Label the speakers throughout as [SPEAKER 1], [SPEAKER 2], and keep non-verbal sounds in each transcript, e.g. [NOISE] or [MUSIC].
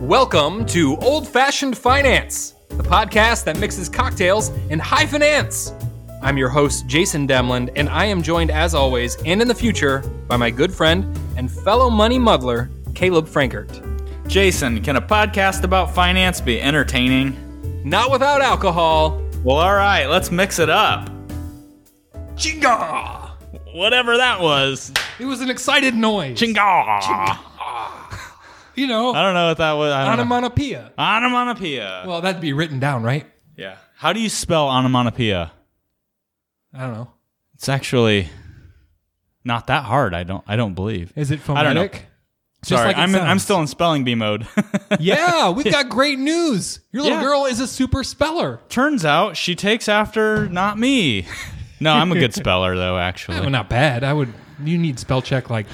[SPEAKER 1] Welcome to Old Fashioned Finance, the podcast that mixes cocktails and high finance. I'm your host, Jason Demland, and I am joined as always and in the future by my good friend and fellow money muddler, Caleb Frankert.
[SPEAKER 2] Jason, can a podcast about finance be entertaining?
[SPEAKER 1] Not without alcohol.
[SPEAKER 2] Well, all right, let's mix it up.
[SPEAKER 1] Chinga!
[SPEAKER 2] Whatever that was.
[SPEAKER 1] It was an excited noise.
[SPEAKER 2] Chinga.
[SPEAKER 1] You know,
[SPEAKER 2] I don't know what that was. I don't know.
[SPEAKER 1] onomatopoeia.
[SPEAKER 2] Onomatopoeia.
[SPEAKER 1] Well, that'd be written down, right?
[SPEAKER 2] yeah. How do you spell onomatopoeia?
[SPEAKER 1] I don't know.
[SPEAKER 2] It's actually not that hard. I don't. I don't believe.
[SPEAKER 1] Is it phonetic?
[SPEAKER 2] I don't know.
[SPEAKER 1] Just
[SPEAKER 2] Sorry,
[SPEAKER 1] like it
[SPEAKER 2] I'm. In, I'm
[SPEAKER 1] sounds.
[SPEAKER 2] still in spelling bee mode. [LAUGHS]
[SPEAKER 1] Yeah, we've got great news. Your little
[SPEAKER 2] Yeah.
[SPEAKER 1] girl is a super speller.
[SPEAKER 2] Turns out she takes after not me. [LAUGHS] No, I'm a good speller though.
[SPEAKER 1] Well, [LAUGHS]
[SPEAKER 2] Actually,
[SPEAKER 1] not bad. I would. You need spell check like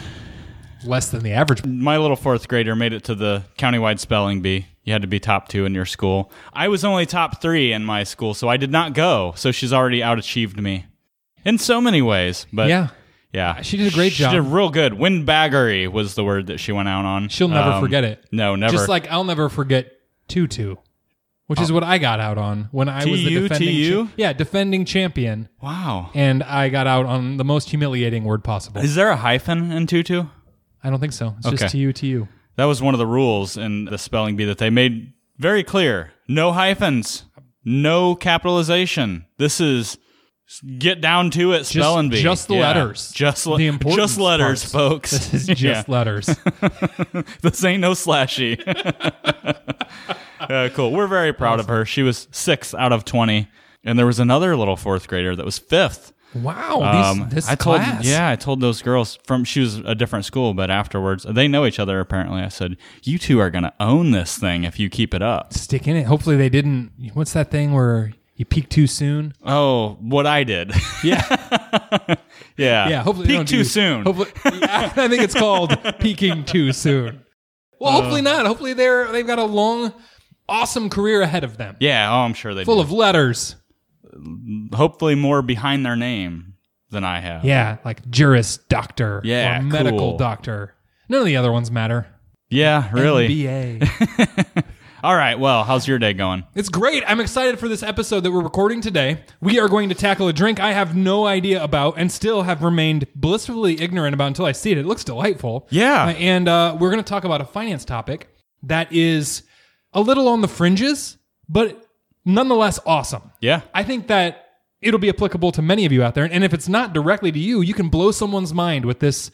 [SPEAKER 1] less than the average.
[SPEAKER 2] my little fourth grader made it to the countywide spelling bee. You had to be top two in your school. I was only top three in my school, so I did not go. So she's already out achieved me in so many ways. But
[SPEAKER 1] Yeah,
[SPEAKER 2] yeah,
[SPEAKER 1] She did a great
[SPEAKER 2] She did
[SPEAKER 1] job.
[SPEAKER 2] real good. Windbaggery was the word that she went out on. Um,
[SPEAKER 1] She'll never forget it.
[SPEAKER 2] No, never. Oh.
[SPEAKER 1] just like I'll never forget tutu, which is what I got out on when I was the
[SPEAKER 2] TU?
[SPEAKER 1] defending.
[SPEAKER 2] TU?
[SPEAKER 1] cha- yeah, defending champion,
[SPEAKER 2] wow.
[SPEAKER 1] and I got out on the most humiliating word possible.
[SPEAKER 2] Is there a hyphen in tutu?
[SPEAKER 1] I don't think so. It's just
[SPEAKER 2] Okay.
[SPEAKER 1] tu tu.
[SPEAKER 2] That was one of the rules in the spelling bee that they made very clear. No hyphens, no capitalization. This is get down to it spelling bee.
[SPEAKER 1] just the
[SPEAKER 2] Yeah.
[SPEAKER 1] letters.
[SPEAKER 2] [LAUGHS] Just le-
[SPEAKER 1] The important
[SPEAKER 2] just letters,
[SPEAKER 1] parts. [LAUGHS]
[SPEAKER 2] folks.
[SPEAKER 1] This is just
[SPEAKER 2] [LAUGHS] Yeah.
[SPEAKER 1] letters.
[SPEAKER 2] this ain't no slashy. [LAUGHS] Uh, cool. We're very proud of her. She was 6 out of 20. And there was another little 4th grader that was 5th.
[SPEAKER 1] Wow, these, this
[SPEAKER 2] Um, I told,
[SPEAKER 1] class.
[SPEAKER 2] yeah, I told those girls from she was a different school, but afterwards they know each other apparently. I said, "You two are gonna own this thing if you keep it up."
[SPEAKER 1] stick in it. Hopefully they didn't. What's that thing where you peak too soon?
[SPEAKER 2] Oh, what I did. Yeah. [LAUGHS] yeah.
[SPEAKER 1] Yeah, hopefully they
[SPEAKER 2] peak
[SPEAKER 1] don't
[SPEAKER 2] too
[SPEAKER 1] do-
[SPEAKER 2] soon.
[SPEAKER 1] Hopefully, [LAUGHS] I think it's called peaking too soon. Well, hopefully
[SPEAKER 2] Uh.
[SPEAKER 1] not. Hopefully they're they've got a long, awesome career ahead of them,
[SPEAKER 2] yeah, oh, I'm sure they
[SPEAKER 1] full
[SPEAKER 2] do.
[SPEAKER 1] of letters.
[SPEAKER 2] Hopefully more behind their name than I have.
[SPEAKER 1] Yeah, like juris doctor,
[SPEAKER 2] Yeah,
[SPEAKER 1] or medical
[SPEAKER 2] cool.
[SPEAKER 1] doctor. None of the other ones matter.
[SPEAKER 2] Yeah, really. [LAUGHS]
[SPEAKER 1] BA.
[SPEAKER 2] All right, well, how's your day going?
[SPEAKER 1] it's great. I'm excited for this episode that we're recording today. We are going to tackle a drink I have no idea about and still have remained blissfully ignorant about until I see it. It looks delightful.
[SPEAKER 2] Yeah.
[SPEAKER 1] Uh, and uh, we're going to talk about a finance topic that is a little on the fringes, but nonetheless awesome.
[SPEAKER 2] Yeah.
[SPEAKER 1] I think that it'll be applicable to many of you out there. And if it's not directly to you, you can blow someone's mind with this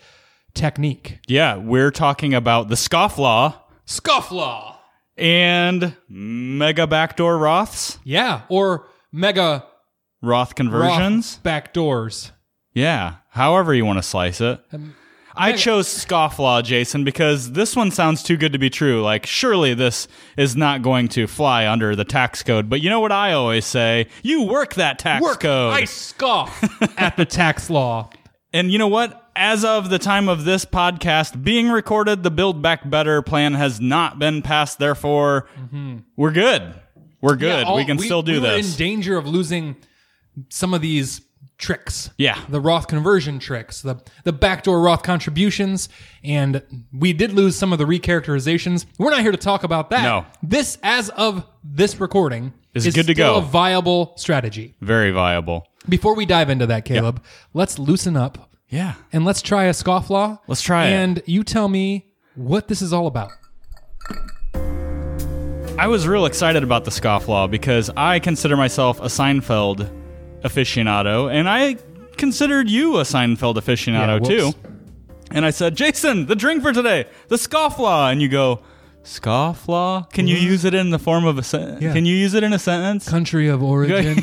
[SPEAKER 1] technique.
[SPEAKER 2] Yeah, we're talking about the scofflaw
[SPEAKER 1] Scufflaw.
[SPEAKER 2] and mega backdoor Roths,
[SPEAKER 1] Yeah. Or mega
[SPEAKER 2] Roth conversions.
[SPEAKER 1] Roth backdoors.
[SPEAKER 2] Yeah, however you want to slice it.
[SPEAKER 1] Um,
[SPEAKER 2] I
[SPEAKER 1] mega-
[SPEAKER 2] chose scofflaw, Jason, because this one sounds too good to be true. Like, surely this is not going to fly under the tax code. But you know what I always say? You work that tax code.
[SPEAKER 1] I scoff [LAUGHS] at the tax law.
[SPEAKER 2] And you know what? As of the time of this podcast being recorded, the Build Back Better plan has not been passed. Therefore, we're good. We're good.
[SPEAKER 1] Mm-hmm. Yeah, all-
[SPEAKER 2] we can still do
[SPEAKER 1] we were
[SPEAKER 2] this.
[SPEAKER 1] in danger of losing some of these tricks.
[SPEAKER 2] Yeah.
[SPEAKER 1] The Roth conversion tricks, the the backdoor Roth contributions, and we did lose some of the recharacterizations. We're not here to talk about that.
[SPEAKER 2] No.
[SPEAKER 1] This as of this recording
[SPEAKER 2] Is good to
[SPEAKER 1] still
[SPEAKER 2] go.
[SPEAKER 1] a viable strategy.
[SPEAKER 2] Very viable.
[SPEAKER 1] Before we dive into that, Caleb, let's loosen up
[SPEAKER 2] Yeah.
[SPEAKER 1] and let's try a scofflaw.
[SPEAKER 2] Let's try it.
[SPEAKER 1] and you tell me what this is all about.
[SPEAKER 2] I was real excited about the scofflaw because I consider myself a Seinfeld aficionado, and I considered you a Seinfeld aficionado
[SPEAKER 1] Yeah, whoops.
[SPEAKER 2] too. And I said, Jason, the drink for today, the scofflaw, and you go, scofflaw? Can you use it in the form of a sentence?
[SPEAKER 1] Mm-hmm. Yeah.
[SPEAKER 2] Can you use it in a sentence?
[SPEAKER 1] Country
[SPEAKER 2] [LAUGHS]
[SPEAKER 1] of origin.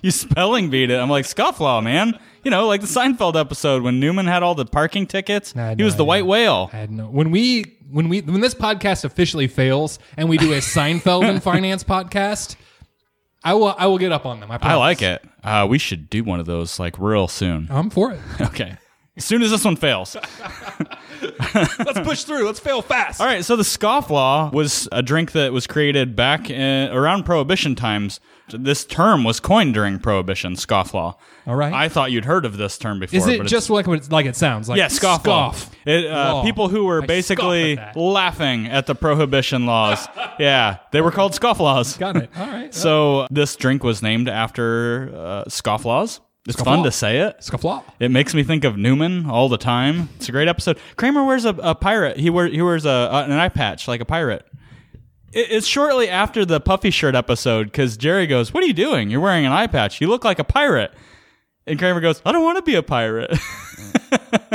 [SPEAKER 2] you spelling beat it. I'm like, scofflaw, man. You know, like the Seinfeld episode when Newman had all the parking tickets.
[SPEAKER 1] Nah,
[SPEAKER 2] he
[SPEAKER 1] no
[SPEAKER 2] was the
[SPEAKER 1] idea.
[SPEAKER 2] white whale.
[SPEAKER 1] I had no. When we when we when this podcast officially fails and we do a Seinfeld
[SPEAKER 2] [LAUGHS]
[SPEAKER 1] and finance podcast, I will I will get up on them. I,
[SPEAKER 2] I
[SPEAKER 1] promise.
[SPEAKER 2] like it. Uh, we should do one of those like real soon. [LAUGHS]
[SPEAKER 1] I'm for it.
[SPEAKER 2] Okay. As soon as this one fails.
[SPEAKER 3] Let's push through. Let's fail fast.
[SPEAKER 2] All right, so the scofflaw was a drink that was created back in, around Prohibition times. This term was coined during Prohibition, scofflaw.
[SPEAKER 1] All right.
[SPEAKER 2] I thought you'd heard of this term before.
[SPEAKER 1] Is it
[SPEAKER 2] but it's-
[SPEAKER 1] just like what it's, like it sounds? Like
[SPEAKER 2] yeah, scofflaw?
[SPEAKER 1] scoff.
[SPEAKER 2] It, uh,
[SPEAKER 1] law.
[SPEAKER 2] people who were
[SPEAKER 1] I
[SPEAKER 2] basically
[SPEAKER 1] scoff at that.
[SPEAKER 2] laughing at the Prohibition
[SPEAKER 1] [LAUGHS]
[SPEAKER 2] laws. yeah, they were called scofflaws.
[SPEAKER 1] Got it. All right.
[SPEAKER 2] So this drink was named after uh, scofflaws. It's
[SPEAKER 1] Scofflaw.
[SPEAKER 2] fun to say it.
[SPEAKER 1] Uh, Scofflaw.
[SPEAKER 2] It makes me think of Newman all the time. It's a great episode. Kramer wears a, a pirate. He, wear, he wears a, a- an eye patch like a pirate. It, it's shortly after the puffy shirt episode because Jerry goes, "What are you doing? You're wearing an eye patch. You look like a pirate." And Kramer goes, "I don't want to be a pirate." [LAUGHS]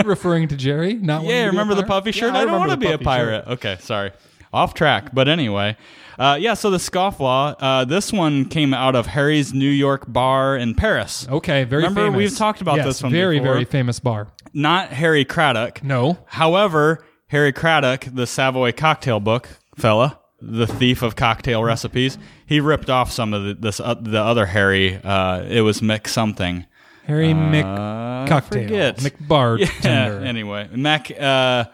[SPEAKER 1] referring to Jerry. Not wanting
[SPEAKER 2] yeah,
[SPEAKER 1] to be a
[SPEAKER 2] remember the
[SPEAKER 1] pirate?
[SPEAKER 2] puffy shirt?
[SPEAKER 1] Yeah,
[SPEAKER 2] I, don't
[SPEAKER 1] remember
[SPEAKER 2] want
[SPEAKER 1] the
[SPEAKER 2] to be a
[SPEAKER 1] puffy shirt.
[SPEAKER 2] pirate. Okay, sorry. Off track, but anyway. Uh, yeah, so the scofflaw. Uh, this one came out of Harry's New York bar in Paris.
[SPEAKER 1] Okay, very
[SPEAKER 2] Remember,
[SPEAKER 1] famous.
[SPEAKER 2] we've talked about
[SPEAKER 1] Yes,
[SPEAKER 2] this one
[SPEAKER 1] Very,
[SPEAKER 2] before. Uh,
[SPEAKER 1] very famous bar.
[SPEAKER 2] Not Harry Craddock.
[SPEAKER 1] No.
[SPEAKER 2] However, Harry Craddock, the Savoy cocktail book fella, the thief of cocktail recipes, he ripped off some of the, this uh, the other Harry. Uh, it was Mick something.
[SPEAKER 1] Harry Mick cocktail.
[SPEAKER 2] [LAUGHS] forget.
[SPEAKER 1] McBartender.
[SPEAKER 2] Yeah, [LAUGHS] anyway, Mac uh,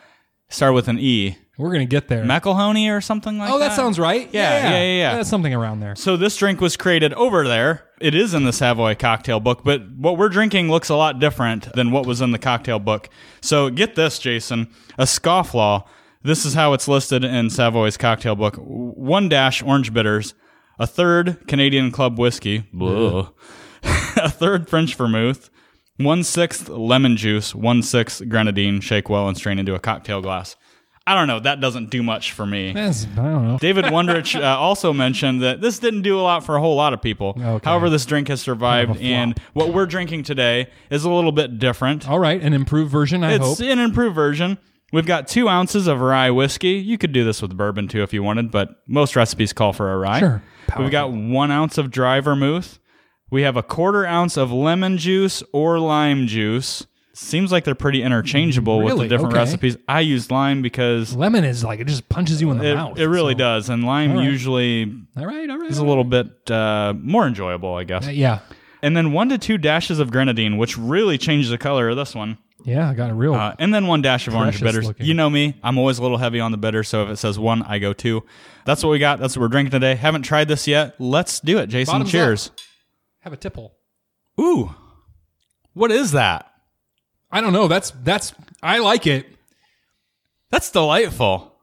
[SPEAKER 2] start with an E,
[SPEAKER 1] We're gonna get there.
[SPEAKER 2] McElhoney or something like that.
[SPEAKER 1] oh, that sounds right.
[SPEAKER 2] Yeah, yeah, yeah, yeah.
[SPEAKER 1] That's something around there.
[SPEAKER 2] So this drink was created over there. It is in the Savoy cocktail book, but what we're drinking looks a lot different than what was in the cocktail book. So get this, Jason, a scofflaw. This is how it's listed in Savoy's cocktail book. W- One dash orange bitters, a third Canadian club whiskey, Blah. [LAUGHS] a third French vermouth, one sixth lemon juice, one sixth grenadine. Shake well and strain into a cocktail glass. I don't know. That doesn't do much for me.
[SPEAKER 1] That's, I don't know.
[SPEAKER 2] David Wondrich uh, also mentioned that this didn't do a lot for a whole lot of people.
[SPEAKER 1] Okay.
[SPEAKER 2] However, this drink has survived,
[SPEAKER 1] Kind of a flop.
[SPEAKER 2] and what we're drinking today is a little bit different.
[SPEAKER 1] All right, an improved version. I
[SPEAKER 2] it's
[SPEAKER 1] hope.
[SPEAKER 2] an improved version. We've got two ounces of rye whiskey. You could do this with bourbon too if you wanted, but most recipes call for a rye.
[SPEAKER 1] Sure.
[SPEAKER 2] We've got one ounce of dry vermouth. We have a quarter ounce of lemon juice or lime juice. Seems like they're pretty interchangeable with the
[SPEAKER 1] Really?
[SPEAKER 2] different
[SPEAKER 1] Okay.
[SPEAKER 2] recipes. I use lime because
[SPEAKER 1] Lemon is like it just punches you in the
[SPEAKER 2] it,
[SPEAKER 1] mouth.
[SPEAKER 2] it really
[SPEAKER 1] so-
[SPEAKER 2] does, and lime usually
[SPEAKER 1] All right, all right.
[SPEAKER 2] is a little bit uh, more enjoyable, I guess.
[SPEAKER 1] yeah,
[SPEAKER 2] And then one to two dashes of grenadine, which really changed the color of this one.
[SPEAKER 1] yeah. I got a real.
[SPEAKER 2] Uh, and then one dash of orange
[SPEAKER 1] Precious
[SPEAKER 2] bitters.
[SPEAKER 1] looking.
[SPEAKER 2] You know me, I'm always a little heavy on the bitters, so if it says one, I go two. That's what we got. That's what we're drinking today. Haven't tried this yet. Let's do it, Jason.
[SPEAKER 3] Bottoms
[SPEAKER 2] Cheers.
[SPEAKER 1] have a tipple.
[SPEAKER 2] Ooh, what is that?
[SPEAKER 3] I don't know. That's that's. I like it.
[SPEAKER 2] That's delightful.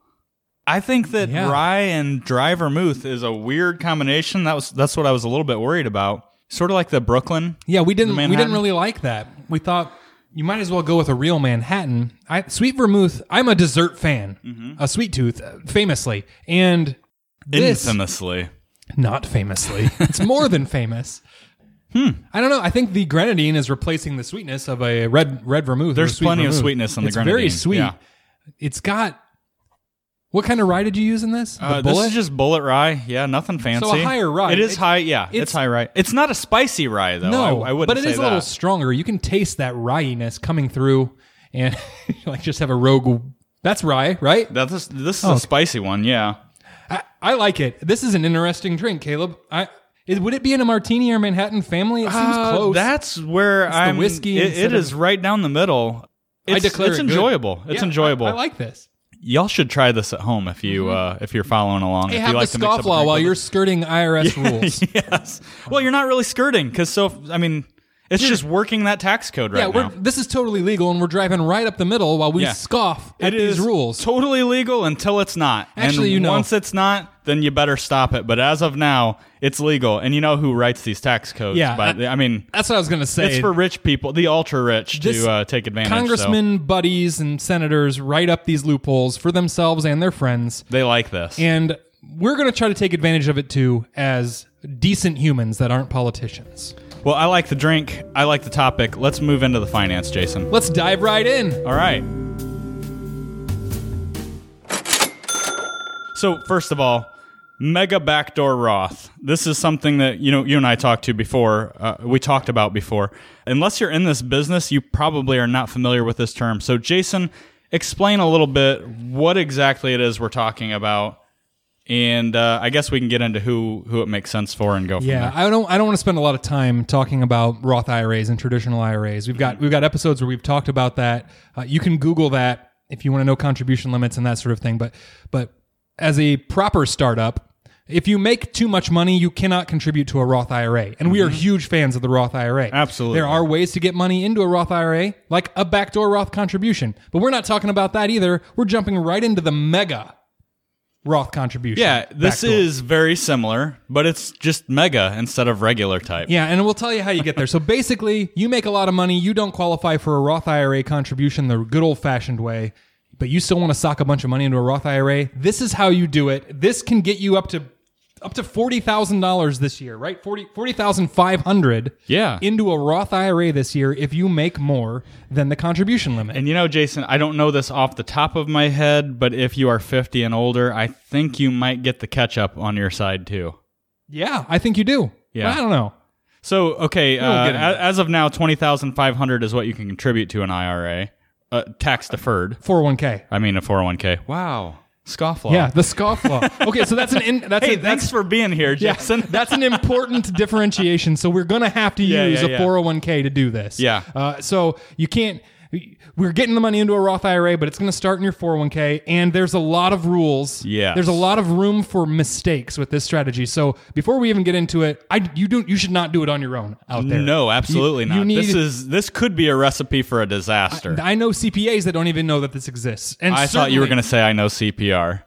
[SPEAKER 2] I think that
[SPEAKER 1] Yeah.
[SPEAKER 2] rye and dry vermouth is a weird combination. That was that's what I was a little bit worried about. Sort of like the Brooklyn.
[SPEAKER 1] Yeah, we didn't. We
[SPEAKER 2] Manhattan?
[SPEAKER 1] didn't really like that. We thought you might as well go with a real Manhattan. I, sweet vermouth. I'm a dessert fan.
[SPEAKER 2] Mm-hmm.
[SPEAKER 1] A sweet tooth, uh, famously, and this
[SPEAKER 2] Infamously.
[SPEAKER 1] not famously. it's more than famous.
[SPEAKER 2] [LAUGHS]
[SPEAKER 1] Hmm. I don't know. I think the grenadine is replacing the sweetness of a red red vermouth.
[SPEAKER 2] There's
[SPEAKER 1] or sweet
[SPEAKER 2] plenty of
[SPEAKER 1] vermouth.
[SPEAKER 2] sweetness in the
[SPEAKER 1] it's Very
[SPEAKER 2] grenadine,
[SPEAKER 1] sweet.
[SPEAKER 2] yeah.
[SPEAKER 1] It's got. What kind of rye did you use in this? The
[SPEAKER 2] Uh,
[SPEAKER 1] bullet.
[SPEAKER 2] This is just bullet rye. Yeah, nothing fancy.
[SPEAKER 1] higher rye.
[SPEAKER 2] It is
[SPEAKER 1] It-
[SPEAKER 2] high. Yeah, it's,
[SPEAKER 1] it's-
[SPEAKER 2] high rye. It's not a spicy rye though.
[SPEAKER 1] No,
[SPEAKER 2] I, I wouldn't.
[SPEAKER 1] But it
[SPEAKER 2] say
[SPEAKER 1] is a little
[SPEAKER 2] that.
[SPEAKER 1] stronger. You can taste that ryiness coming through, and [LAUGHS] like just have a rogue. That's rye, right?
[SPEAKER 2] That- this this
[SPEAKER 1] Oh.
[SPEAKER 2] is a spicy one. Yeah.
[SPEAKER 1] I, I like it. This is an interesting drink, Caleb. I it, would it be in a martini or Manhattan family? It seems
[SPEAKER 2] Uh,
[SPEAKER 1] close.
[SPEAKER 2] That's where I'm.
[SPEAKER 1] whiskey
[SPEAKER 2] It,
[SPEAKER 1] instead
[SPEAKER 2] it
[SPEAKER 1] of-
[SPEAKER 2] is right down the middle. It's,
[SPEAKER 1] I declare
[SPEAKER 2] it's
[SPEAKER 1] it good.
[SPEAKER 2] enjoyable. It's
[SPEAKER 1] Yeah,
[SPEAKER 2] enjoyable.
[SPEAKER 1] I, I like this.
[SPEAKER 2] Y'all should try this at home if you uh, if you're following along.
[SPEAKER 1] Hey,
[SPEAKER 2] if
[SPEAKER 1] have
[SPEAKER 2] you like
[SPEAKER 1] the
[SPEAKER 2] to mix up
[SPEAKER 1] scofflaw
[SPEAKER 2] a drink
[SPEAKER 1] while
[SPEAKER 2] with
[SPEAKER 1] you're skirting
[SPEAKER 2] [LAUGHS]
[SPEAKER 1] IRS rules.
[SPEAKER 2] it. [LAUGHS] yes. Well, you're not really skirting because so I mean, it's just working that tax code right
[SPEAKER 1] yeah, we're,
[SPEAKER 2] now.
[SPEAKER 1] this is totally legal, and we're driving right up the middle while we
[SPEAKER 2] Yeah.
[SPEAKER 1] scoff at
[SPEAKER 2] It
[SPEAKER 1] these
[SPEAKER 2] is
[SPEAKER 1] rules.
[SPEAKER 2] Totally legal until it's not.
[SPEAKER 1] Actually,
[SPEAKER 2] and
[SPEAKER 1] you know-
[SPEAKER 2] once it's not, then you better stop it. But as of now, it's legal. And you know who writes these tax codes?
[SPEAKER 1] Yeah,
[SPEAKER 2] but I, mean,
[SPEAKER 1] That's what I was gonna say.
[SPEAKER 2] it's for rich people, the ultra rich,
[SPEAKER 1] This
[SPEAKER 2] to uh, take advantage. so
[SPEAKER 1] Congressmen, buddies, and senators write up these loopholes for themselves and their friends.
[SPEAKER 2] they like this.
[SPEAKER 1] And we're going to try to take advantage of it too as decent humans that aren't politicians.
[SPEAKER 2] well, I like the drink. I like the topic. Let's move into the finance, Jason.
[SPEAKER 1] Let's dive right in.
[SPEAKER 2] All right. So first of all, mega backdoor Roth. This is something that you know you and I talked to before. Uh, we talked about before. Unless you're in this business, you probably are not familiar with this term. So Jason, explain a little bit what exactly it is we're talking about and uh, I guess we can get into who who it makes sense for and go from
[SPEAKER 1] Yeah,
[SPEAKER 2] there.
[SPEAKER 1] I don't. I don't want to spend a lot of time talking about Roth IRAs and traditional IRAs. We've
[SPEAKER 2] Mm-hmm.
[SPEAKER 1] got we've got episodes where we've talked about that. Uh, you can Google that if you want to know contribution limits and that sort of thing. But but as a proper startup, if you make too much money, you cannot contribute to a Roth IRA. And we are huge fans of the Roth IRA.
[SPEAKER 2] Mm-hmm. Absolutely.
[SPEAKER 1] there are ways to get money into a Roth IRA, like a backdoor Roth contribution. But we're not talking about that either. We're jumping right into the mega Roth contribution.
[SPEAKER 2] Yeah, this
[SPEAKER 1] backdoor.
[SPEAKER 2] is very similar, but it's just mega instead of regular type.
[SPEAKER 1] Yeah, and we'll tell you how you get there. So basically, you make a lot of money, you don't qualify for a Roth IRA contribution the good old fashioned way, but you still want to sock a bunch of money into a Roth IRA. This is how you do it. This can get you up to up to forty thousand dollars this year, right? Forty forty thousand five hundred
[SPEAKER 2] Yeah.
[SPEAKER 1] into a Roth IRA this year if you make more than the contribution limit.
[SPEAKER 2] And you know, Jason, I don't know this off the top of my head, but if you are 50 and older, I think you might get the catch up on your side too.
[SPEAKER 1] yeah, I think you do.
[SPEAKER 2] Yeah.
[SPEAKER 1] I don't know.
[SPEAKER 2] So, okay, uh,
[SPEAKER 1] get into
[SPEAKER 2] a- as of now, 20,500 is what you can contribute to an IRA, uh, tax deferred.
[SPEAKER 1] Four hundred one k.
[SPEAKER 2] I mean, a 401k. Wow. Scofflaw.
[SPEAKER 1] Yeah, the scofflaw. okay, so that's an in, that's
[SPEAKER 2] Hey,
[SPEAKER 1] a, that's
[SPEAKER 2] thanks for being here,
[SPEAKER 1] Yeah,
[SPEAKER 2] Jason.
[SPEAKER 1] that's an
[SPEAKER 2] [LAUGHS]
[SPEAKER 1] important differentiation. So we're going to have to
[SPEAKER 2] Yeah,
[SPEAKER 1] use
[SPEAKER 2] yeah, yeah.
[SPEAKER 1] a 401k to do this.
[SPEAKER 2] Yeah.
[SPEAKER 1] Uh, so you can't. We're getting the money into a Roth IRA, but it's going to start in your 401k, and there's a lot of rules.
[SPEAKER 2] Yes.
[SPEAKER 1] There's a lot of room for mistakes with this strategy. So before we even get into it, I you do you should not do it on your own out [LAUGHS] there.
[SPEAKER 2] No, absolutely
[SPEAKER 1] You-
[SPEAKER 2] not.
[SPEAKER 1] You need,
[SPEAKER 2] this is this could be a recipe for a disaster. I,
[SPEAKER 1] I know CPAs that don't even know that this exists. And
[SPEAKER 2] thought you were
[SPEAKER 1] certainly-
[SPEAKER 2] going to say I know CPR.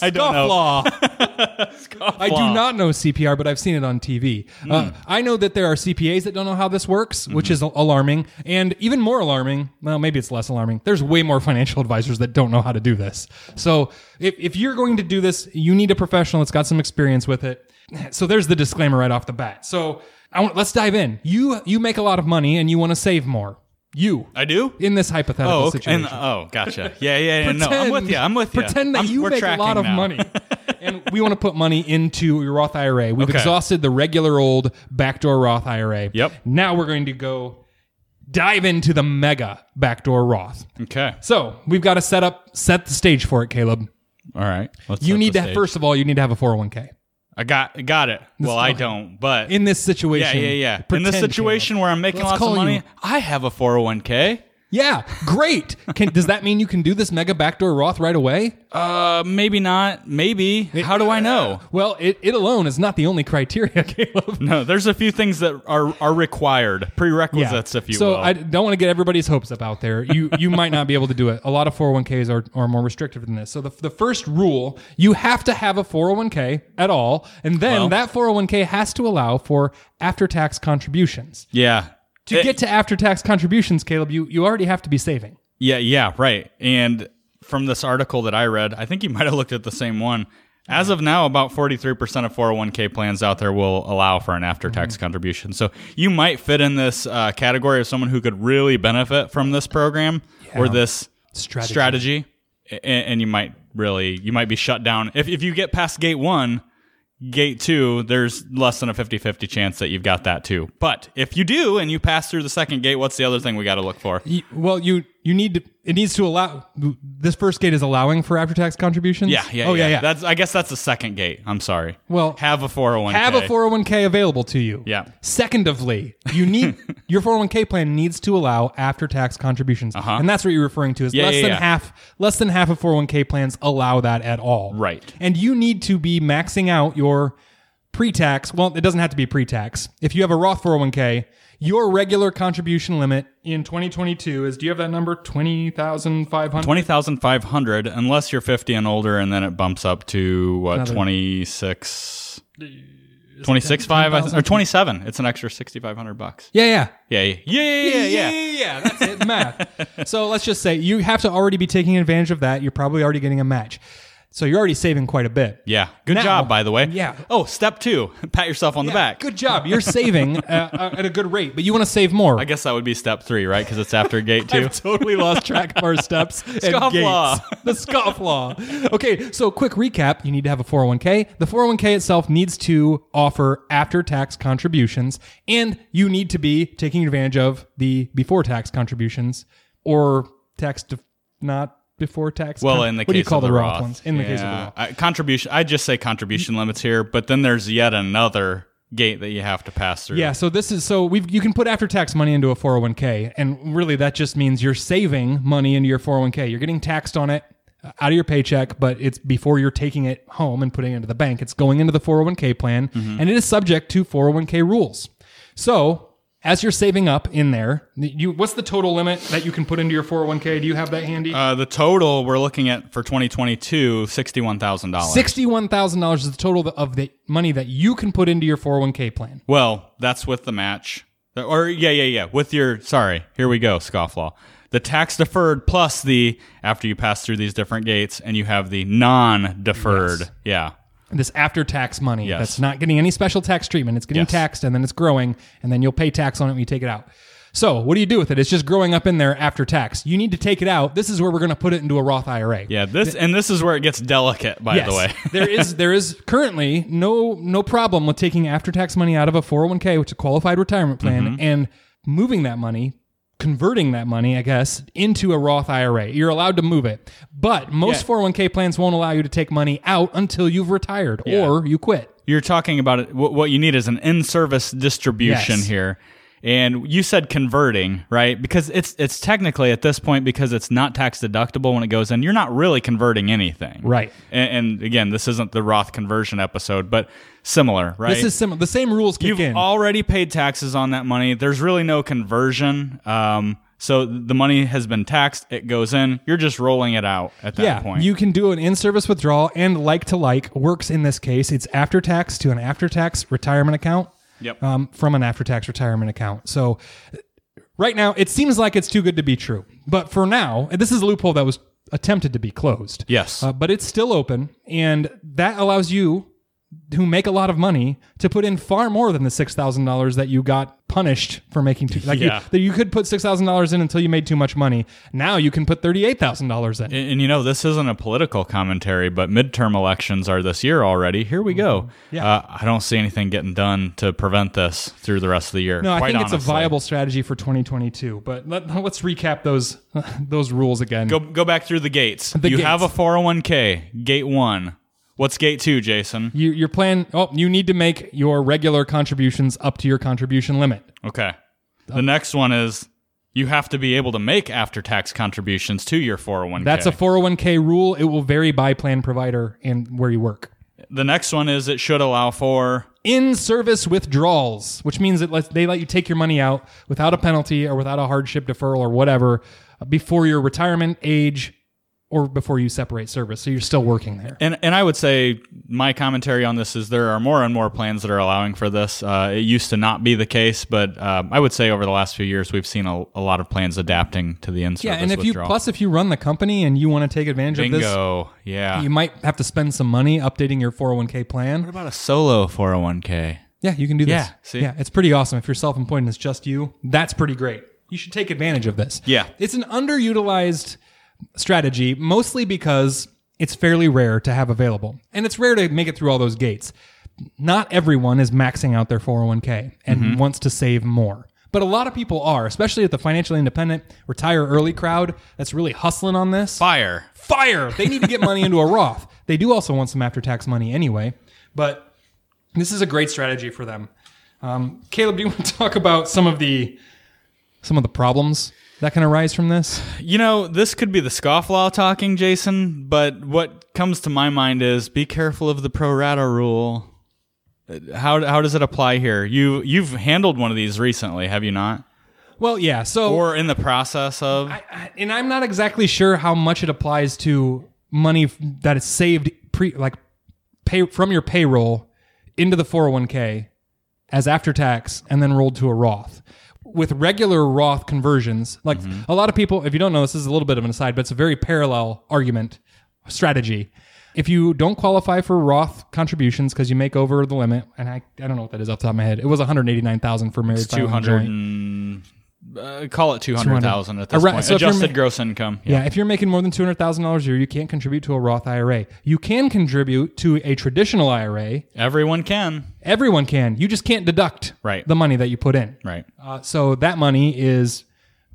[SPEAKER 2] I don't know.
[SPEAKER 1] Scofflaw. I do not know CPR, but I've seen it on TV.
[SPEAKER 2] Hmm.
[SPEAKER 1] Uh, I know that there are CPAs that don't know how this works, which is al- alarming. And even more alarming, well, maybe it's less alarming, there's way more financial advisors that don't know how to do this. So if, if you're going to do this, you need a professional that's got some experience with it. So there's the disclaimer right off the bat. So I want, let's dive in. You, you make a lot of money and you want to save more. You.
[SPEAKER 2] I do.
[SPEAKER 1] in this hypothetical
[SPEAKER 2] Oh, okay.
[SPEAKER 1] situation
[SPEAKER 2] And, oh, gotcha. Yeah, yeah, yeah. no, I'm with you. I'm with you.
[SPEAKER 1] pretend that
[SPEAKER 2] I'm-
[SPEAKER 1] you
[SPEAKER 2] we're
[SPEAKER 1] make a lot
[SPEAKER 2] tracking
[SPEAKER 1] of
[SPEAKER 2] now.
[SPEAKER 1] money. and we want to put money into your Roth IRA. We've
[SPEAKER 2] Okay.
[SPEAKER 1] exhausted the regular old backdoor Roth IRA.
[SPEAKER 2] Yep.
[SPEAKER 1] Now we're going to go dive into the mega backdoor Roth.
[SPEAKER 2] [LAUGHS] Okay.
[SPEAKER 1] So we've got to set up, set the stage for it, Caleb.
[SPEAKER 2] All right. Let's
[SPEAKER 1] You
[SPEAKER 2] set
[SPEAKER 1] need
[SPEAKER 2] the
[SPEAKER 1] to,
[SPEAKER 2] stage.
[SPEAKER 1] first of all, you need to have a 401k.
[SPEAKER 2] I got got it. Well, I don't, but
[SPEAKER 1] In this
[SPEAKER 2] yeah,
[SPEAKER 1] situation.
[SPEAKER 2] yeah, yeah. In
[SPEAKER 1] pretend,
[SPEAKER 2] this
[SPEAKER 1] Caleb.
[SPEAKER 2] situation where I'm making
[SPEAKER 1] Let's
[SPEAKER 2] lots of
[SPEAKER 1] call you-
[SPEAKER 2] money, I have a 401k.
[SPEAKER 1] Yeah, great. Can, does that mean you can do this mega backdoor Roth right away?
[SPEAKER 2] Uh, maybe not. Maybe. How do I know?
[SPEAKER 1] [LAUGHS] Well, it, it alone is not the only criteria, [LAUGHS] Caleb.
[SPEAKER 2] No, there's a few things that are are required, prerequisites, if you
[SPEAKER 1] so
[SPEAKER 2] will.
[SPEAKER 1] I don't want to get everybody's hopes up out there. You you might not be able to do it. A lot of 401ks are, are more restrictive than this. So the, the first rule, you have to have a 401k at all, and then
[SPEAKER 2] Well-
[SPEAKER 1] that 401k has to allow for after-tax contributions.
[SPEAKER 2] yeah.
[SPEAKER 1] To
[SPEAKER 2] It-
[SPEAKER 1] get to after-tax contributions, Caleb, you you already have to be saving.
[SPEAKER 2] Yeah, yeah, right. And from this article that I read, I think you [LAUGHS] might have looked at the same one. As of now, about 43% of 401k plans out there will allow for an after tax contribution. So you might fit in this uh, category of someone who could really benefit from this program or this
[SPEAKER 1] Strategy.
[SPEAKER 2] strategy. A- And, you might really, you might be shut down. If, if you get past gate one, gate two, there's less than a 50 50 chance that you've got that too. But if you do and you pass through the second gate, what's the other thing we got to look for?
[SPEAKER 1] You- well, you you need to, it needs to allow this first gate is allowing for after-tax contributions.
[SPEAKER 2] Yeah, yeah,
[SPEAKER 1] oh yeah, yeah.
[SPEAKER 2] That's I guess that's the second gate. I'm sorry.
[SPEAKER 1] Well,
[SPEAKER 2] have a 401.
[SPEAKER 1] have a 401k available to you.
[SPEAKER 2] Yeah.
[SPEAKER 1] Secondly, you
[SPEAKER 2] [LAUGHS]
[SPEAKER 1] need your 401k plan needs to allow after-tax contributions, and that's what you're referring to. Is
[SPEAKER 2] Uh-huh. Yeah,
[SPEAKER 1] less
[SPEAKER 2] yeah,
[SPEAKER 1] than
[SPEAKER 2] yeah.
[SPEAKER 1] half, less than half of 401k plans allow that at all.
[SPEAKER 2] Right.
[SPEAKER 1] And you need to be maxing out your pre-tax. Well, it doesn't have to be pre-tax. If you have a Roth 401k, your regular contribution limit in 2022 is. Do you have that number? Twenty thousand five hundred.
[SPEAKER 2] Twenty thousand five hundred, unless you're fifty and older, and then it bumps up to what twenty six, twenty six five or twenty seven. It's an extra sixty five hundred bucks.
[SPEAKER 1] Yeah, yeah.
[SPEAKER 2] Yeah, yeah, yeah, yeah, yeah, yeah.
[SPEAKER 1] yeah. That's it, math. so let's just say you have to already be taking advantage of that. You're probably already getting a match. So you're already saving quite a bit.
[SPEAKER 2] Yeah. Good
[SPEAKER 1] Now-
[SPEAKER 2] job, by the way.
[SPEAKER 1] Yeah.
[SPEAKER 2] Oh, step two. [LAUGHS] Pat yourself on the back.
[SPEAKER 1] Good job. You're saving uh, uh, at a good rate, but you want to save more.
[SPEAKER 2] I guess that would be step three, right? Because it's
[SPEAKER 1] [LAUGHS]
[SPEAKER 2] after gate two.
[SPEAKER 1] I've totally lost track
[SPEAKER 2] [LAUGHS]
[SPEAKER 1] of our steps. and
[SPEAKER 2] Scofflaw.
[SPEAKER 1] gates. [LAUGHS] The scofflaw. Okay, so quick recap. You need to have a 401k. The 401k itself needs to offer after tax contributions, and you need to be taking advantage of the before tax contributions or tax def- not before tax?
[SPEAKER 2] Well,
[SPEAKER 1] Con-
[SPEAKER 2] in the
[SPEAKER 1] what
[SPEAKER 2] case
[SPEAKER 1] do you call
[SPEAKER 2] of the,
[SPEAKER 1] the Roth,
[SPEAKER 2] Roth
[SPEAKER 1] ones? In the case of the
[SPEAKER 2] yeah.
[SPEAKER 1] Roth,
[SPEAKER 2] I, contribution, I just say contribution limits here, but then there's yet another gate that you have to pass through.
[SPEAKER 1] yeah. So this is so we you can put after tax money into a 401k, and really that just means you're saving money into your 401k. You're getting taxed on it uh, out of your paycheck, but it's before you're taking it home and putting it into the bank. It's going into the 401k plan, and it is subject to 401k rules. So. As you're saving up in there, you what's the total limit that you can put into your 401k? Do you have that handy?
[SPEAKER 2] Uh, the total we're looking at for 2022, $61,000.
[SPEAKER 1] Sixty-one thousand dollars is the total of the money that you can put into your four hundred one k plan.
[SPEAKER 2] Well, that's with the match. Or yeah, yeah, yeah. With your sorry, here we go, scofflaw. The tax deferred plus the after you pass through these different gates and you have the non deferred. Yeah.
[SPEAKER 1] This after-tax money
[SPEAKER 2] Yes.
[SPEAKER 1] that's not getting any special tax treatment. It's getting
[SPEAKER 2] Yes.
[SPEAKER 1] taxed and then it's growing, and then you'll pay tax on it when you take it out. So what do you do with it? It's just growing up in there after tax. You need to take it out. This is where we're going to put it into a Roth IRA.
[SPEAKER 2] Yeah, this and this is where it gets delicate by the way.
[SPEAKER 1] [LAUGHS] there is there is currently no no problem with taking after tax money out of a 401k, which is a qualified retirement plan,
[SPEAKER 2] Mm-hmm.
[SPEAKER 1] and moving that money, converting that money, I guess, into a Roth IRA. You're allowed to move it. But most
[SPEAKER 2] Yeah.
[SPEAKER 1] 401k plans won't allow you to take money out until you've retired or you quit.
[SPEAKER 2] You're talking about it, what, what you need is an in-service distribution
[SPEAKER 1] Yes.
[SPEAKER 2] here. And you said converting, right? Because it's it's technically at this point because it's not tax deductible when it goes in. You're not really converting anything,
[SPEAKER 1] Right.
[SPEAKER 2] And, and again, this isn't the Roth conversion episode, but similar, right?
[SPEAKER 1] This is similar. The same rules kick
[SPEAKER 2] You've
[SPEAKER 1] in.
[SPEAKER 2] already paid taxes on that money. There's really no conversion. Um, so the money has been taxed. It goes in. You're just rolling it out at that
[SPEAKER 1] yeah,
[SPEAKER 2] point.
[SPEAKER 1] you can do an in-service withdrawal and like to like works in this case. It's after tax to an after tax retirement account.
[SPEAKER 2] Yep.
[SPEAKER 1] Um, from an after tax retirement account. So right now it seems like it's too good to be true. But for now, and this is a loophole that was attempted to be closed.
[SPEAKER 2] Yes.
[SPEAKER 1] Uh, but it's still open and that allows you who make a lot of money to put in far more than the $6,000 that you got punished for making too like you-
[SPEAKER 2] Yeah.
[SPEAKER 1] that you could put $6,000 in until you made too much money. Now you can put $38,000 in.
[SPEAKER 2] and, and you know, this isn't a political commentary, but midterm elections are this year already. Here we go.
[SPEAKER 1] Mm-hmm. Yeah.
[SPEAKER 2] Uh, I don't see anything getting done to prevent this through the rest of the year.
[SPEAKER 1] No, I
[SPEAKER 2] quite
[SPEAKER 1] think it's a
[SPEAKER 2] honestly.
[SPEAKER 1] viable strategy for 2022. But let, [LAUGHS] us recap those [LAUGHS] those rules again.
[SPEAKER 2] Go, go back through the gates. you
[SPEAKER 1] gates.
[SPEAKER 2] have a 401k, gate one. What's gate two, Jason?
[SPEAKER 1] You, your plan. Oh, you need to make your regular contributions up to your contribution limit.
[SPEAKER 2] Okay. The next one is you have to be able to make after tax contributions to your 401k.
[SPEAKER 1] That's a 401k rule. It will vary by plan provider and where you work.
[SPEAKER 2] the next one is it should allow for
[SPEAKER 1] In-service withdrawals, which means that let, they let you take your money out without a penalty or without a hardship deferral or whatever uh, before your retirement age or before you separate service. So you're still working there.
[SPEAKER 2] and and I would say my commentary on this is there are more and more plans that are allowing for this. Uh, it used to not be the case, but um, I would say over the last few years we've seen a, a lot of plans adapting to the in-service
[SPEAKER 1] Yeah, and if you
[SPEAKER 2] withdrawal.
[SPEAKER 1] plus if you run the company and you want to take advantage of this,
[SPEAKER 2] bingo, yeah.
[SPEAKER 1] you might have to spend some money updating your 401k plan.
[SPEAKER 2] what about a solo 401k?
[SPEAKER 1] Yeah, you can do this.
[SPEAKER 2] Yeah, see?
[SPEAKER 1] yeah, it's pretty awesome. If you're self-employed and it's just you, that's pretty great. You should take advantage of this.
[SPEAKER 2] Yeah.
[SPEAKER 1] it's an underutilized strategy, mostly because it's fairly rare to have available, and it's rare to make it through all those gates. Not everyone is maxing out their 401k and
[SPEAKER 2] Mm-hmm.
[SPEAKER 1] wants to save more. But a lot of people are, especially at the financially independent, retire early crowd that's really hustling on this
[SPEAKER 2] Fire.
[SPEAKER 1] fire. They need to get money into a Roth. They do also want some after tax money anyway, but this is a great strategy for them. Um, Caleb, do you want to talk about some of the some of the problems that can arise from this?
[SPEAKER 2] You know, this could be the scofflaw talking, Jason, but what comes to my mind is be careful of the pro rata rule. Uh, How, how does it apply here? You you've handled one of these recently, have you not?
[SPEAKER 1] Well, yeah. So,
[SPEAKER 2] Or in the process of?
[SPEAKER 1] I- and I'm not exactly sure how much it applies to money f- that is saved pre like pay from your payroll into the 401k as after tax and then rolled to a Roth. With regular Roth conversions, like
[SPEAKER 2] Mm-hmm.
[SPEAKER 1] a lot of people, if you don't know, this is a little bit of an aside, but it's a very parallel argument strategy. If you don't qualify for Roth contributions because you make over the limit, and I, I don't know what that is off the top of my head, it was 189,000 for married. filing
[SPEAKER 2] two
[SPEAKER 1] joint.
[SPEAKER 2] hundred and uh, call it two hundred thousand at this
[SPEAKER 1] Around-
[SPEAKER 2] point.
[SPEAKER 1] so if you're
[SPEAKER 2] Adjusted
[SPEAKER 1] ma-
[SPEAKER 2] gross income. Yeah.
[SPEAKER 1] Yeah, if you're making more than two hundred thousand dollars a year, you can't contribute to a Roth IRA. You can contribute to a traditional IRA.
[SPEAKER 2] everyone can.
[SPEAKER 1] Everyone can. You just can't deduct
[SPEAKER 2] Right.
[SPEAKER 1] the money that you put in.
[SPEAKER 2] Right.
[SPEAKER 1] Uh, so that money is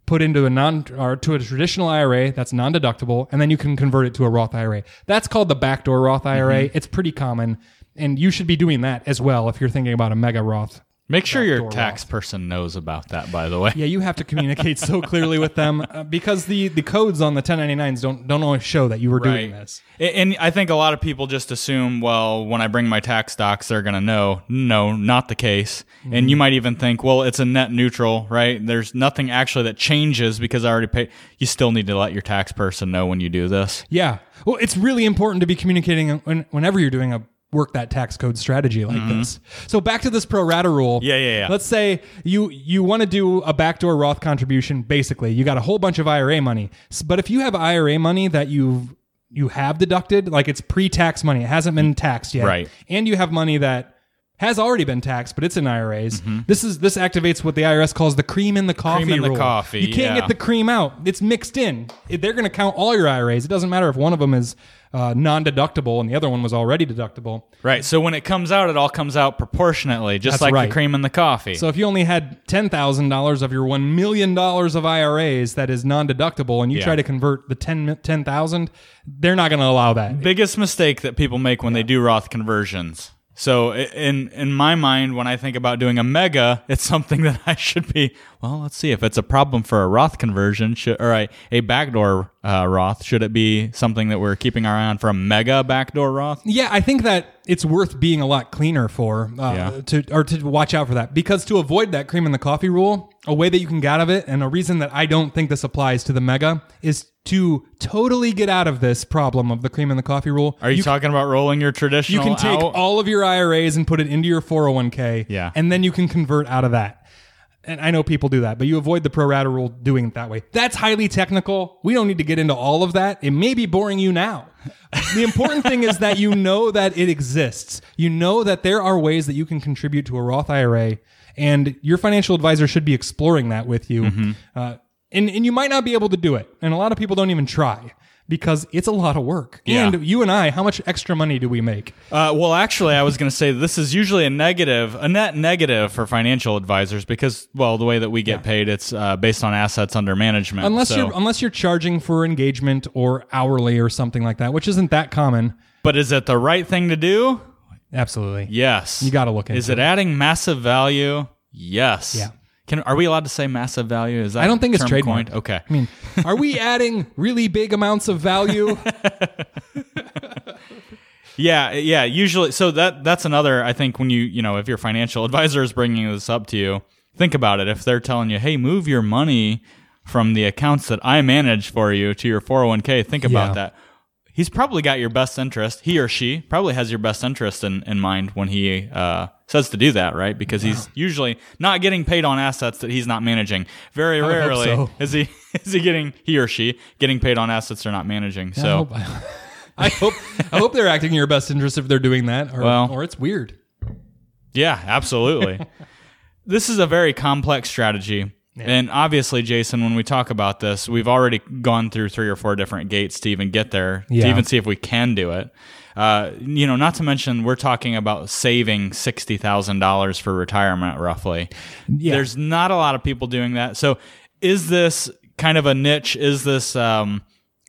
[SPEAKER 1] put into a non or to a traditional IRA that's non-deductible, and then you can convert it to a Roth IRA. That's called the backdoor Roth IRA.
[SPEAKER 2] Mm-hmm.
[SPEAKER 1] It's pretty common, and you should be doing that as well if you're thinking about a mega Roth.
[SPEAKER 2] Make sure your tax person knows about that, by the way.
[SPEAKER 1] Yeah, you have to communicate so clearly with them uh, because the the codes on the 1099s don't don't always show that you were doing
[SPEAKER 2] Right.
[SPEAKER 1] this.
[SPEAKER 2] A- And I think a lot of people just assume, well, when I bring my tax docs, they're going to know. No, not the case. And
[SPEAKER 1] Mm-hmm.
[SPEAKER 2] you might even think, well, it's a net neutral, right? There's nothing actually that changes because I already paid. You still need to let your tax person know when you do this.
[SPEAKER 1] Yeah. Well, it's really important to be communicating when, whenever you're doing a work that tax code strategy like this. So back to this pro rata rule.
[SPEAKER 2] Mm-hmm. Yeah, yeah, yeah.
[SPEAKER 1] Let's say you you want to do a backdoor Roth contribution. Basically, you got a whole bunch of IRA money, S- but if you have IRA money that you've you have deducted, like it's pre-tax money, it hasn't been taxed yet,
[SPEAKER 2] Right.
[SPEAKER 1] And you have money that has already been taxed, but it's in IRAs.
[SPEAKER 2] Mm-hmm.
[SPEAKER 1] This is this activates what the IRS calls the cream in the coffee
[SPEAKER 2] in the
[SPEAKER 1] rule.
[SPEAKER 2] coffee,
[SPEAKER 1] You can't
[SPEAKER 2] yeah.
[SPEAKER 1] get the cream out. It's mixed in. It- They're going to count all your IRAs. It doesn't matter if one of them is uh, non-deductible and the other one was already deductible.
[SPEAKER 2] Right. So when it comes out, it all comes out proportionately, just
[SPEAKER 1] That's
[SPEAKER 2] like
[SPEAKER 1] right.
[SPEAKER 2] the cream in the coffee.
[SPEAKER 1] So if you only had ten thousand dollars of your one million dollars of IRAs that is non-deductible, and you
[SPEAKER 2] Yeah.
[SPEAKER 1] try to convert the ten ten thousand, they're not going to allow that.
[SPEAKER 2] biggest mistake that people make when they do Roth conversions. So i- in in my mind, when I think about doing a mega, it's [LAUGHS] something that I should be. Well, let's see if it's a problem for a Roth conversion, should, or a, a backdoor uh, Roth. Should it be something that we're keeping our eye on for a mega backdoor Roth?
[SPEAKER 1] Yeah, I think that it's worth being a lot cleaner for uh,
[SPEAKER 2] Yeah.
[SPEAKER 1] to or to watch out for that because to avoid that cream in the coffee rule, a way that you can get out of it, and a reason that I don't think this applies to the mega is to totally get out of this problem of the cream in the coffee rule.
[SPEAKER 2] Are you,
[SPEAKER 1] you
[SPEAKER 2] talking about rolling your
[SPEAKER 1] you
[SPEAKER 2] traditional?
[SPEAKER 1] can take
[SPEAKER 2] out?
[SPEAKER 1] all of your IRAs and put it into your 401k,
[SPEAKER 2] Yeah.
[SPEAKER 1] and then you can convert out of that. And I know people do that, but you avoid the pro rata rule doing it that way. That's highly technical. We don't need to get into all of that. It may be boring you now. the important thing is that you know that it exists. You know that there are ways that you can contribute to a Roth IRA, and your financial advisor should be exploring that with you.
[SPEAKER 2] Mm-hmm.
[SPEAKER 1] Uh, and, and you might not be able to do it. And a lot of people don't even try because it's a lot of work.
[SPEAKER 2] Yeah.
[SPEAKER 1] And you and I, how much extra money do we make?
[SPEAKER 2] Uh, well, actually, I was going to say this is usually a negative, a net negative for financial advisors because, well, the way that we get paid, it's uh, based on assets under management.
[SPEAKER 1] unless
[SPEAKER 2] so-
[SPEAKER 1] you're unless you're charging for engagement or hourly or something like that, which isn't that common.
[SPEAKER 2] But is it the right thing to do?
[SPEAKER 1] Absolutely.
[SPEAKER 2] Yes.
[SPEAKER 1] You gotta look
[SPEAKER 2] Is
[SPEAKER 1] into
[SPEAKER 2] it adding massive value? Yes.
[SPEAKER 1] Yeah.
[SPEAKER 2] Can are we allowed to say massive value? Is that
[SPEAKER 1] I don't think it's
[SPEAKER 2] term
[SPEAKER 1] trademarked.
[SPEAKER 2] coined? Okay.
[SPEAKER 1] I mean, are
[SPEAKER 2] [LAUGHS]
[SPEAKER 1] we adding really big amounts of value?
[SPEAKER 2] Yeah, yeah. Usually, so that that's another. I think when you you know if your financial [LAUGHS] advisor is bringing this up to you, think about it. If they're telling you, "Hey, move your money from the accounts that I manage for you to your 401k," think about
[SPEAKER 1] Yeah.
[SPEAKER 2] that. He's probably got your best interest. He or she probably has your best interest in, in mind when he uh, says to do that, right? Because he's usually not getting paid on assets that he's not managing. Very
[SPEAKER 1] would hope
[SPEAKER 2] rarely
[SPEAKER 1] so.
[SPEAKER 2] is he [LAUGHS] is he getting he or she getting paid on assets they're not managing.
[SPEAKER 1] I
[SPEAKER 2] so
[SPEAKER 1] hope, [LAUGHS] I hope I hope they're acting in your best interest if they're doing that, or
[SPEAKER 2] Well.
[SPEAKER 1] or it's weird.
[SPEAKER 2] Yeah, absolutely. this is a very complex strategy. And obviously, Jason, when we talk about this, we've already gone through three or four different gates to even get there,
[SPEAKER 1] Yeah.
[SPEAKER 2] to even see if we can do it. Uh, you know, not to mention we're talking about saving sixty thousand dollars for retirement, roughly. There's not a lot of people doing that. So, is this kind of a niche? Is this um,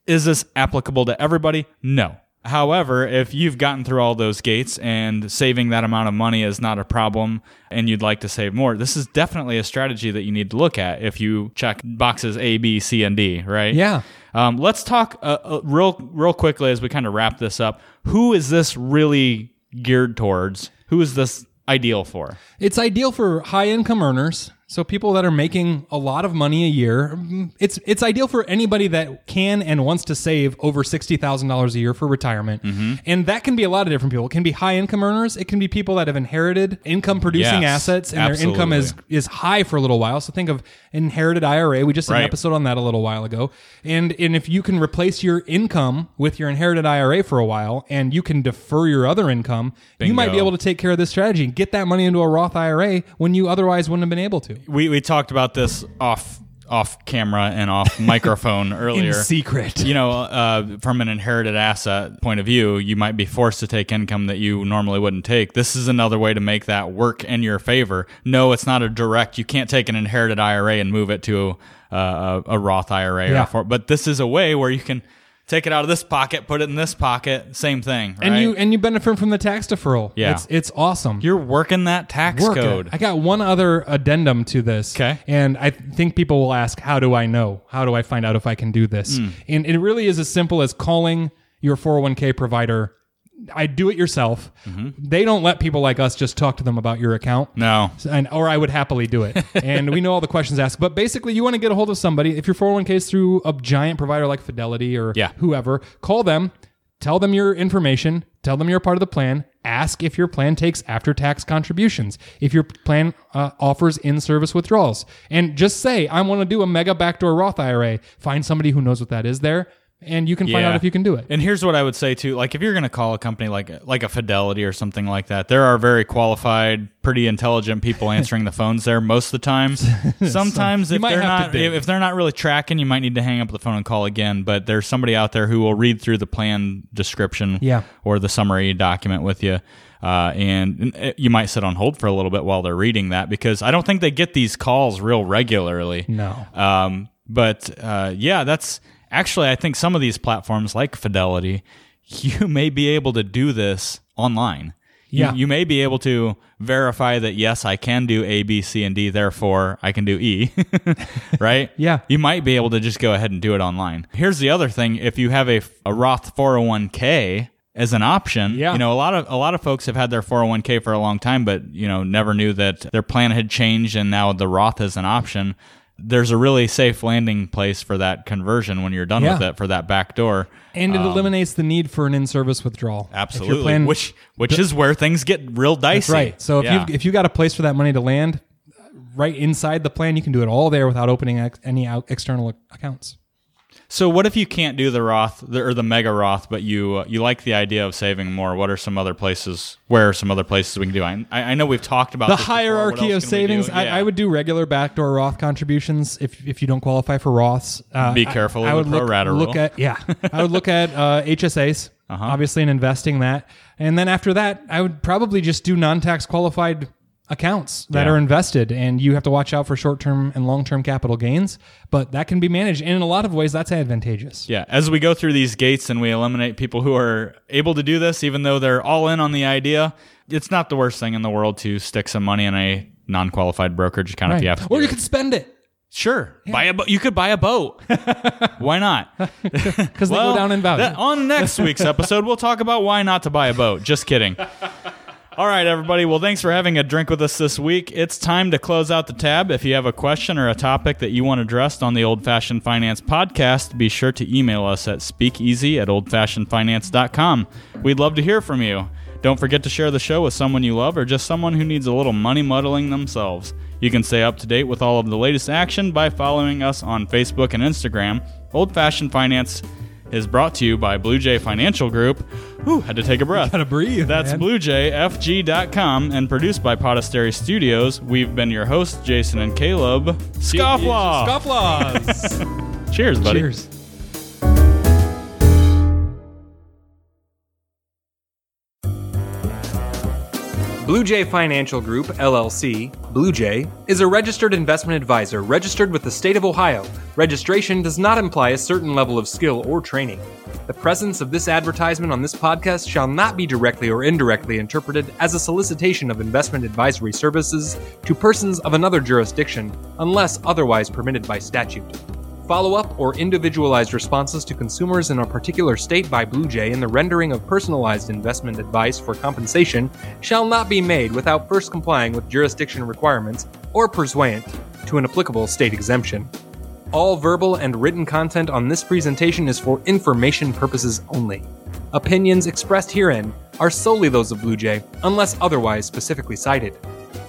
[SPEAKER 2] is this applicable to everybody? No. However, if you've gotten through all those gates and saving that amount of money is not a problem and you'd like to save more, this is definitely a strategy that you need to look at if you check boxes A, B, C, and D, right?
[SPEAKER 1] Yeah.
[SPEAKER 2] Um, let's talk uh, uh, real, real quickly as we kind of wrap this up. Who is this really geared towards? Who is this ideal for?
[SPEAKER 1] It's ideal for high income earners, so people that are making a lot of money a year. Mm, It's it's ideal for anybody that can and wants to save over sixty thousand dollars a year for retirement,
[SPEAKER 2] Mm-hmm.
[SPEAKER 1] and that can be a lot of different people. It can be high income earners. It can be people that have inherited income producing
[SPEAKER 2] Yes,
[SPEAKER 1] assets, and their income is is high for a little while. So think of inherited IRA. We just did an
[SPEAKER 2] Right.
[SPEAKER 1] episode on that a little while ago, and and if you can replace your income with your inherited IRA for a while, and you can defer your other income, you might be
[SPEAKER 2] Bingo.
[SPEAKER 1] able to to take care of this strategy and get that money into a Roth IRA when you otherwise wouldn't have been able to.
[SPEAKER 2] we, we talked about this off off camera and [LAUGHS] off microphone earlier.
[SPEAKER 1] In secret.
[SPEAKER 2] [LAUGHS] You know, uh, from an inherited asset point of view, you might be forced to take income that you normally wouldn't take. This is another way to make that work in your favor. No, it's not a direct. You can't take an inherited IRA and move it to uh, a, a Roth IRA. Or
[SPEAKER 1] Yeah.
[SPEAKER 2] a for, but this is a way where you can take it out of this pocket, put it in this pocket. Same thing. Right?
[SPEAKER 1] And you and you benefit from the tax deferral.
[SPEAKER 2] Yeah.
[SPEAKER 1] It's it's awesome.
[SPEAKER 2] you're working that tax
[SPEAKER 1] Work it.
[SPEAKER 2] code.
[SPEAKER 1] I got one other addendum to this.
[SPEAKER 2] 'Kay.
[SPEAKER 1] And I th- think people will ask, how do I know? How do I find out if I can do this?
[SPEAKER 2] Hmm.
[SPEAKER 1] And it really is as simple as calling your 401k provider. I do it yourself.
[SPEAKER 2] Mm-hmm.
[SPEAKER 1] They don't let people like us just talk to them about your account.
[SPEAKER 2] no.
[SPEAKER 1] And, or I would happily do
[SPEAKER 2] [LAUGHS]
[SPEAKER 1] it. and we know all the questions asked. But basically, you want to get a hold of somebody. If your 401k is through a giant provider like Fidelity or
[SPEAKER 2] Yeah.
[SPEAKER 1] whoever, call them, tell them your information, tell them you're a part of the plan, ask if your plan takes after tax contributions, if your plan uh, offers in service withdrawals. And just say, I want to do a mega backdoor Roth IRA. Find somebody who knows what that is there, and you can find
[SPEAKER 2] Yeah.
[SPEAKER 1] out if you can do it.
[SPEAKER 2] And here's what I would say too: like if you're going to call a company like like a Fidelity or something like that, there are very qualified, pretty intelligent people answering the phones there most of the time.
[SPEAKER 1] [LAUGHS]
[SPEAKER 2] Sometimes if
[SPEAKER 1] might
[SPEAKER 2] they're
[SPEAKER 1] have to
[SPEAKER 2] not
[SPEAKER 1] dig.
[SPEAKER 2] if they're not really tracking, you might need to hang up the phone and call again. But there's somebody out there who will read through the plan description
[SPEAKER 1] Yeah.
[SPEAKER 2] or the summary document with you. Uh, and uh, you might sit on hold for a little bit while they're reading that because I don't think they get these calls real regularly.
[SPEAKER 1] No.
[SPEAKER 2] Um, but uh, yeah, that's actually, I think some of these platforms like Fidelity, [LAUGHS] you may be able to do this online. You-
[SPEAKER 1] Yeah.
[SPEAKER 2] You, may be able to verify that, yes, I can do A, B, C, and D, therefore I can do E, [LAUGHS] right?
[SPEAKER 1] [LAUGHS] Yeah.
[SPEAKER 2] You might be able to just go ahead and do it online. Here's the other thing if you have a, a Roth 401k, as an option,
[SPEAKER 1] Yeah.
[SPEAKER 2] you know, a lot of a lot of folks have had their 401k for a long time, but you know, never knew that their plan had changed and now the Roth is an option. There's a really safe landing place for that conversion when you're done
[SPEAKER 1] Yeah.
[SPEAKER 2] with it for that back door.
[SPEAKER 1] And it eliminates the need for an in service withdrawal. If your
[SPEAKER 2] Um, Absolutely,
[SPEAKER 1] plan-
[SPEAKER 2] which which is where things get real dicey.
[SPEAKER 1] Right. So if
[SPEAKER 2] Yeah.
[SPEAKER 1] you if you got a place for that money to land, right inside the plan, you can do it all there without opening ex- any out external ac- accounts.
[SPEAKER 2] so what if you can't do the Roth the, or the Mega Roth, but you uh, you like the idea of saving more? What are some other places? Where are some other places we can do? I, I I know we've talked about
[SPEAKER 1] The
[SPEAKER 2] this before. What
[SPEAKER 1] hierarchy of
[SPEAKER 2] else can we do?
[SPEAKER 1] savings, I,
[SPEAKER 2] Yeah.
[SPEAKER 1] I would do regular backdoor Roth contributions if if you don't qualify for Roths. Uh,
[SPEAKER 2] Be
[SPEAKER 1] I-
[SPEAKER 2] careful
[SPEAKER 1] I,
[SPEAKER 2] of the
[SPEAKER 1] would
[SPEAKER 2] pro
[SPEAKER 1] look,
[SPEAKER 2] rata
[SPEAKER 1] look
[SPEAKER 2] rule. Uh-huh.
[SPEAKER 1] at
[SPEAKER 2] [LAUGHS]
[SPEAKER 1] yeah. I would look at uh, HSAs. Obviously, and investing that, and then after that, I would probably just do non-tax qualified accounts that
[SPEAKER 2] Yeah.
[SPEAKER 1] are invested, and you have to watch out for short-term and long-term capital gains, but that can be managed, and in a lot of ways, that's advantageous.
[SPEAKER 2] Yeah, as we go through these gates and we eliminate people who are able to do this, even though they're all in on the idea, it's not the worst thing in the world to stick some money in a non-qualified brokerage account if you have to.
[SPEAKER 1] or you
[SPEAKER 2] do it.
[SPEAKER 1] could spend it.
[SPEAKER 2] sure buy a bo- you could buy a boat. [LAUGHS] why not?
[SPEAKER 1] because they [LAUGHS] go down in value.
[SPEAKER 2] that- on next week's episode, we'll talk about why not to buy a boat. Just kidding. All right, everybody. Well, thanks for having a drink with us this week. It's time to close out the tab. If you have a question or a topic that you want addressed on the Old Fashioned Finance podcast, be sure to email us at speakeasy at oldfashionedfinance.com. We'd love to hear from you. Don't forget to share the show with someone you love or just someone who needs a little money muddling themselves. You can stay up to date with all of the latest action by following us on Facebook and Instagram. Old Fashioned Finance is brought to you by Blue Jay Financial Group. Whew, had to take a breath.
[SPEAKER 1] breathe.
[SPEAKER 2] That's bluejfg.com and produced by Podastery Studios. We've been your hosts, Jason and Caleb. Scofflaw! [LAUGHS]
[SPEAKER 1] scofflaws.
[SPEAKER 2] Cheers, buddy.
[SPEAKER 1] Cheers.
[SPEAKER 3] Blue Jay Financial Group, LLC, Blue Jay, is a registered investment advisor registered with the state of Ohio. Registration does not imply a certain level of skill or training. The presence of this advertisement on this podcast shall not be directly or indirectly interpreted as a solicitation of investment advisory services to persons of another jurisdiction unless otherwise permitted by statute. Follow up or individualized responses to consumers in a particular state by Blue Jay in the rendering of personalized investment advice for compensation shall not be made without first complying with jurisdiction requirements or pursuant to an applicable state exemption. All verbal and written content on this presentation is for information purposes only. Opinions expressed herein are solely those of Blue Jay, unless otherwise specifically cited.